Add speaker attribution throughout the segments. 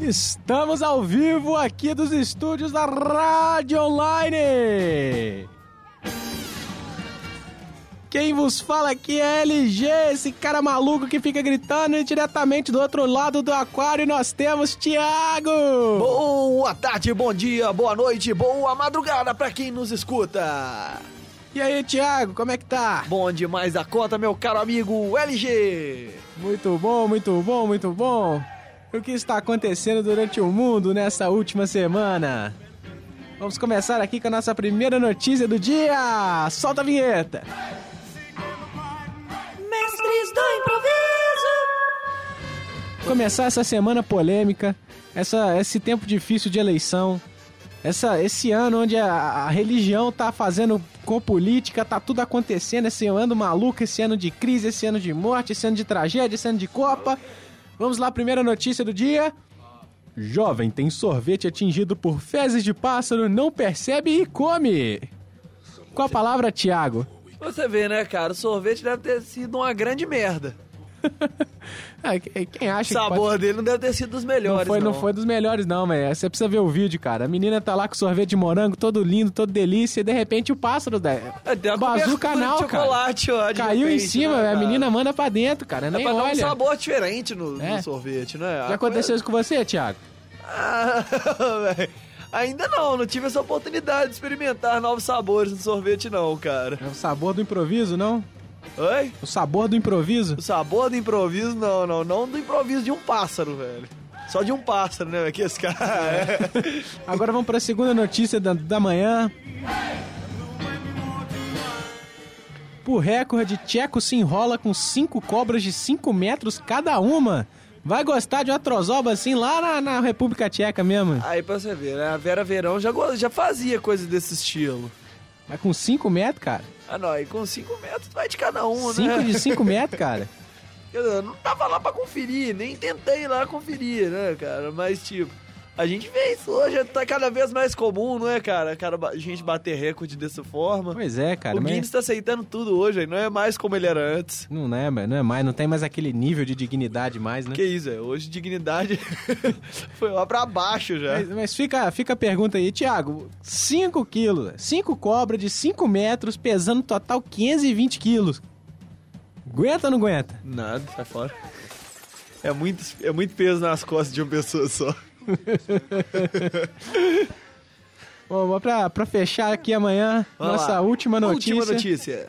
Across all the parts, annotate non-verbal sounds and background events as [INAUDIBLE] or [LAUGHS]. Speaker 1: Estamos ao vivo aqui dos estúdios da Rádio Online. Quem vos fala aqui é LG, esse cara maluco que fica gritando e diretamente do outro lado do aquário nós temos Thiago.
Speaker 2: Boa tarde, bom dia, boa noite, boa madrugada pra quem nos escuta.
Speaker 1: E aí, Thiago, como é que tá?
Speaker 2: Bom demais da conta, meu caro amigo LG.
Speaker 1: Muito bom, muito bom, muito bom. O que está acontecendo durante o mundo nessa última semana? Vamos começar aqui com a nossa primeira notícia do dia. Solta a vinheta.
Speaker 3: Mestres do improviso!
Speaker 1: começar essa semana polêmica, essa, esse tempo difícil de eleição, essa, esse ano onde a, a religião tá fazendo com política, tá tudo acontecendo, esse ano maluco, esse ano de crise, esse ano de morte, esse ano de tragédia, esse ano de Copa. Vamos lá, primeira notícia do dia. Jovem tem sorvete atingido por fezes de pássaro, não percebe e come. Com a palavra, Tiago.
Speaker 2: Você vê, né, cara? O sorvete deve ter sido uma grande merda.
Speaker 1: Ah, que- quem
Speaker 2: O
Speaker 1: acha que pode
Speaker 2: sabor dele não deve ter sido dos melhores,
Speaker 1: Não foi, não.
Speaker 2: não.
Speaker 1: foi dos melhores, não, mas você precisa ver o vídeo, cara. A menina tá lá com sorvete de morango, todo lindo, todo delícia, e de repente o pássaro da...
Speaker 2: É, tem uma
Speaker 1: Bazuca
Speaker 2: cobertura de
Speaker 1: não, cara.
Speaker 2: chocolate, ó, de
Speaker 1: caiu em
Speaker 2: repente,
Speaker 1: cima,
Speaker 2: né,
Speaker 1: velho. a
Speaker 2: cara?
Speaker 1: menina manda pra dentro, cara.
Speaker 2: É
Speaker 1: Nem
Speaker 2: pra dar um
Speaker 1: olha.
Speaker 2: sabor diferente no, no
Speaker 1: É.
Speaker 2: sorvete, né?
Speaker 1: Já
Speaker 2: [LAUGHS]
Speaker 1: aconteceu isso com você, Thiago?
Speaker 2: Ah, velho. Ainda não, não tive essa oportunidade de experimentar novos sabores no sorvete, não, cara.
Speaker 1: É o sabor do improviso, não?
Speaker 2: Oi?
Speaker 1: O sabor do improviso?
Speaker 2: O sabor do improviso, não, não. Não do improviso de um pássaro, velho. Só de um pássaro, né? velho? Que esse cara é.
Speaker 1: Agora vamos pra segunda notícia da, da manhã. Por recorde, Tcheco se enrola com cinco cobras de 5 metros cada uma. Vai gostar de uma trozoba assim lá na, na República Tcheca mesmo.
Speaker 2: [LAUGHS] Aí pra você ver, né? A Vera Verão já, go- já fazia coisas desse estilo.
Speaker 1: Mas com 5 metros, cara?
Speaker 2: Ah, não. E com 5 metros vai de cada um,
Speaker 1: 5
Speaker 2: né?
Speaker 1: de 5 metros,
Speaker 2: [LAUGHS]
Speaker 1: cara?
Speaker 2: Eu não tava lá pra conferir, nem tentei lá conferir, né, cara? Mas, tipo, a gente vê isso hoje, tá cada vez mais comum, não é, cara? cara ba- a gente bater recorde dessa forma.
Speaker 1: Pois é, cara.
Speaker 2: o
Speaker 1: mas
Speaker 2: Guinness tá aceitando tudo hoje, aí não é mais como ele era antes.
Speaker 1: Não é, mas não é mais, não tem mais aquele nível de dignidade mais, né?
Speaker 2: Que isso, é? Hoje dignidade [LAUGHS] foi lá pra baixo já.
Speaker 1: Mas, mas fica, fica a pergunta aí, Thiago. 5 quilos, 5 cobras de 5 metros, pesando total 520 quilos. Aguenta ou não aguenta?
Speaker 2: Nada, sai fora. É muito, é muito peso nas costas de uma pessoa só.
Speaker 1: Bom, vamos pra, pra fechar aqui amanhã,
Speaker 2: Vamos
Speaker 1: nossa
Speaker 2: lá.
Speaker 1: última notícia.
Speaker 2: Última notícia.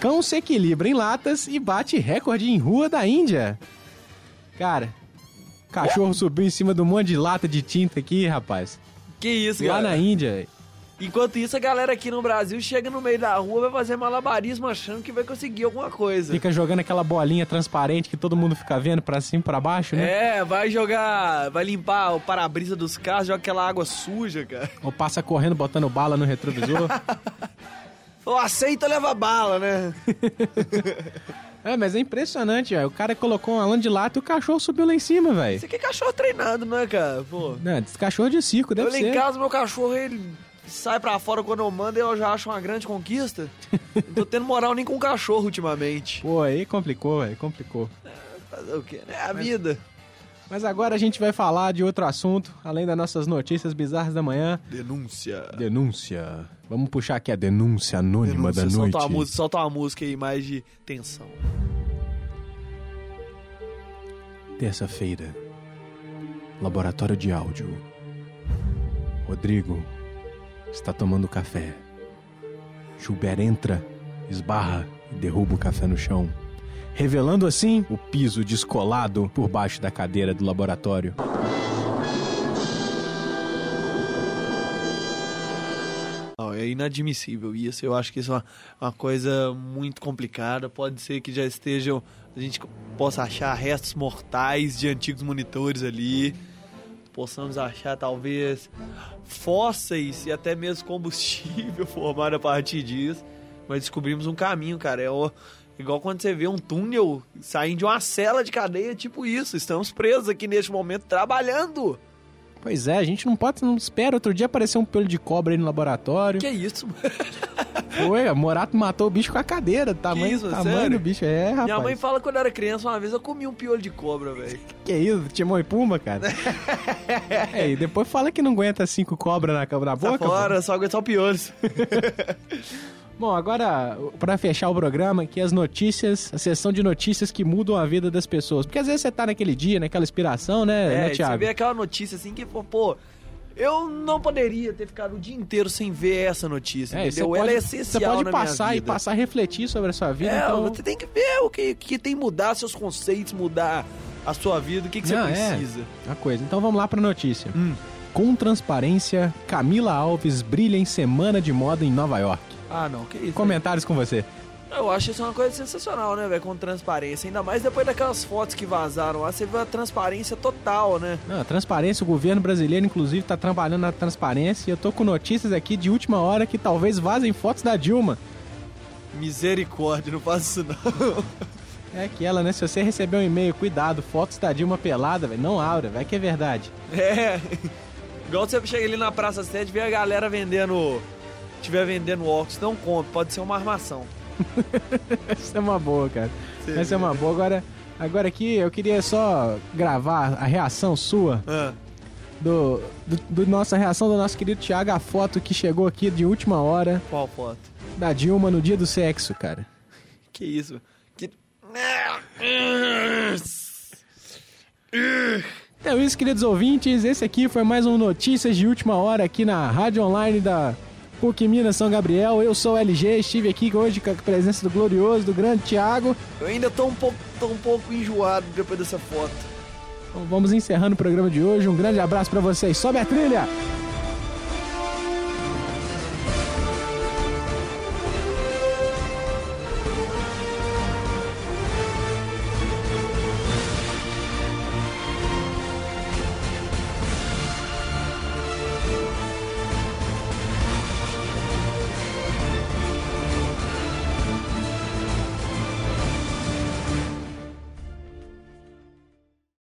Speaker 1: Cão se equilibra em latas e bate recorde em rua da Índia. Cara, cachorro subiu em cima de um monte de lata de tinta aqui, rapaz.
Speaker 2: Que isso,
Speaker 1: Lá na
Speaker 2: galera.
Speaker 1: Índia.
Speaker 2: Enquanto isso, a galera aqui no Brasil chega no meio da rua, vai fazer malabarismo achando que vai conseguir alguma coisa.
Speaker 1: Fica jogando aquela bolinha transparente que todo mundo fica vendo pra cima e pra baixo, né?
Speaker 2: É, vai jogar, vai limpar o para-brisa dos carros, joga aquela água suja, cara.
Speaker 1: Ou passa correndo botando bala no retrovisor.
Speaker 2: Ou aceita, leva bala, né?
Speaker 1: É, mas é impressionante, velho. O cara colocou uma lã de lata e o cachorro subiu lá em cima, velho.
Speaker 2: Isso aqui é cachorro treinado, né, cara? Pô.
Speaker 1: Não, esse cachorro de circo, deve
Speaker 2: eu lá em
Speaker 1: ser.
Speaker 2: casa, meu cachorro, ele sai pra fora quando eu mando e eu já acho uma grande
Speaker 1: [LAUGHS]
Speaker 2: conquista. Não tô tendo moral nem com o cachorro ultimamente.
Speaker 1: Pô, aí complicou, velho, complicou.
Speaker 2: Fazer o quê? É a vida.
Speaker 1: Mas agora a gente vai falar de outro assunto, além das nossas notícias bizarras da manhã.
Speaker 2: Denúncia.
Speaker 1: Denúncia. Vamos puxar aqui a denúncia anônima
Speaker 2: Denúncia.
Speaker 1: da noite.
Speaker 2: Solta uma, música, solta uma música aí mais de tensão.
Speaker 1: Terça-feira. Laboratório de áudio. Rodrigo está tomando café. Gilbert entra, esbarra e derruba o café no chão, revelando assim o piso descolado por baixo da cadeira do laboratório.
Speaker 2: Não, é inadmissível isso. Eu acho que isso é uma, uma coisa muito complicada. Pode ser que já estejam. A gente possa achar restos mortais de antigos monitores ali. Possamos achar talvez fósseis e até mesmo combustível [LAUGHS] formado a partir disso. Mas descobrimos um caminho, cara. É o- igual quando você vê um túnel saindo de uma cela de cadeia, tipo isso. Estamos presos aqui neste momento trabalhando.
Speaker 1: Pois é, a gente não pode, não espera outro dia aparecer um pelo de cobra aí no laboratório.
Speaker 2: Que isso, mano?
Speaker 1: Foi, o Morato matou o bicho com a cadeira. Tamanho,
Speaker 2: isso,
Speaker 1: tamanho do
Speaker 2: sério?
Speaker 1: bicho. É, rapaz.
Speaker 2: Minha mãe fala que quando eu era criança, uma vez eu comi um piolho de cobra, velho.
Speaker 1: Que isso, Timão e Pumba,
Speaker 2: [LAUGHS]
Speaker 1: cara? é, e depois fala que não aguenta cinco cobras na, na
Speaker 2: Tá
Speaker 1: boca. pô.
Speaker 2: fora, só aguentar o piolho.
Speaker 1: Bom, agora, pra fechar o programa, aqui as notícias, a sessão de notícias que mudam a vida das pessoas. Porque às vezes você tá naquele dia, naquela inspiração, né, né
Speaker 2: É, você
Speaker 1: Thiago?
Speaker 2: vê aquela notícia assim que, pô, pô, eu não poderia ter ficado o dia inteiro sem ver essa notícia,
Speaker 1: É, e
Speaker 2: entendeu?
Speaker 1: você
Speaker 2: Ela
Speaker 1: pode,
Speaker 2: é
Speaker 1: você
Speaker 2: essencial
Speaker 1: pode
Speaker 2: na
Speaker 1: passar
Speaker 2: minha
Speaker 1: e
Speaker 2: vida.
Speaker 1: passar a refletir sobre a sua vida.
Speaker 2: É,
Speaker 1: então...
Speaker 2: você tem que ver o que, que tem que mudar, seus conceitos, mudar a sua vida, o que, que você
Speaker 1: Não, é.
Speaker 2: precisa.
Speaker 1: Uma coisa. Então vamos lá pra notícia.
Speaker 2: Hum.
Speaker 1: Com transparência, Camila Alves brilha em semana de moda em Nova York.
Speaker 2: Ah, não, que isso. né?
Speaker 1: Comentários com você.
Speaker 2: Eu acho isso uma coisa sensacional, né, velho? Com transparência. Ainda mais depois daquelas fotos que vazaram lá, você vê a transparência total, né?
Speaker 1: Não, a transparência, o governo brasileiro, inclusive, tá trabalhando na transparência. E eu tô com notícias aqui de última hora que talvez vazem fotos da Dilma.
Speaker 2: Misericórdia, não faço isso não.
Speaker 1: É que ela, né? Se você receber um e-mail, cuidado, fotos da Dilma pelada, velho. Não abra, velho, que é verdade. [LAUGHS]
Speaker 2: É. Igual você chega ali na Praça 7 e vê a galera vendendo. Tiver vendendo óculos, não compre, pode ser uma armação.
Speaker 1: Essa é uma boa, cara.
Speaker 2: Sim.
Speaker 1: Essa é uma boa. Agora, agora aqui eu queria só gravar a reação sua
Speaker 2: Ah,
Speaker 1: do, do, do nossa reação do nosso querido Thiago, a foto que chegou aqui de última hora
Speaker 2: qual foto?
Speaker 1: da Dilma no dia do sexo, cara.
Speaker 2: Que isso? Que.
Speaker 1: Então é isso, queridos ouvintes. Esse aqui foi mais um Notícias de Última Hora aqui na Rádio Online da PUC Minas São Gabriel. Eu sou o LG, estive aqui hoje com a presença do glorioso, do grande Thiago.
Speaker 2: Eu ainda tô um pouco, tô um pouco enjoado depois dessa foto.
Speaker 1: Então, vamos encerrando o programa de hoje. Um grande abraço pra vocês. Sobe a trilha!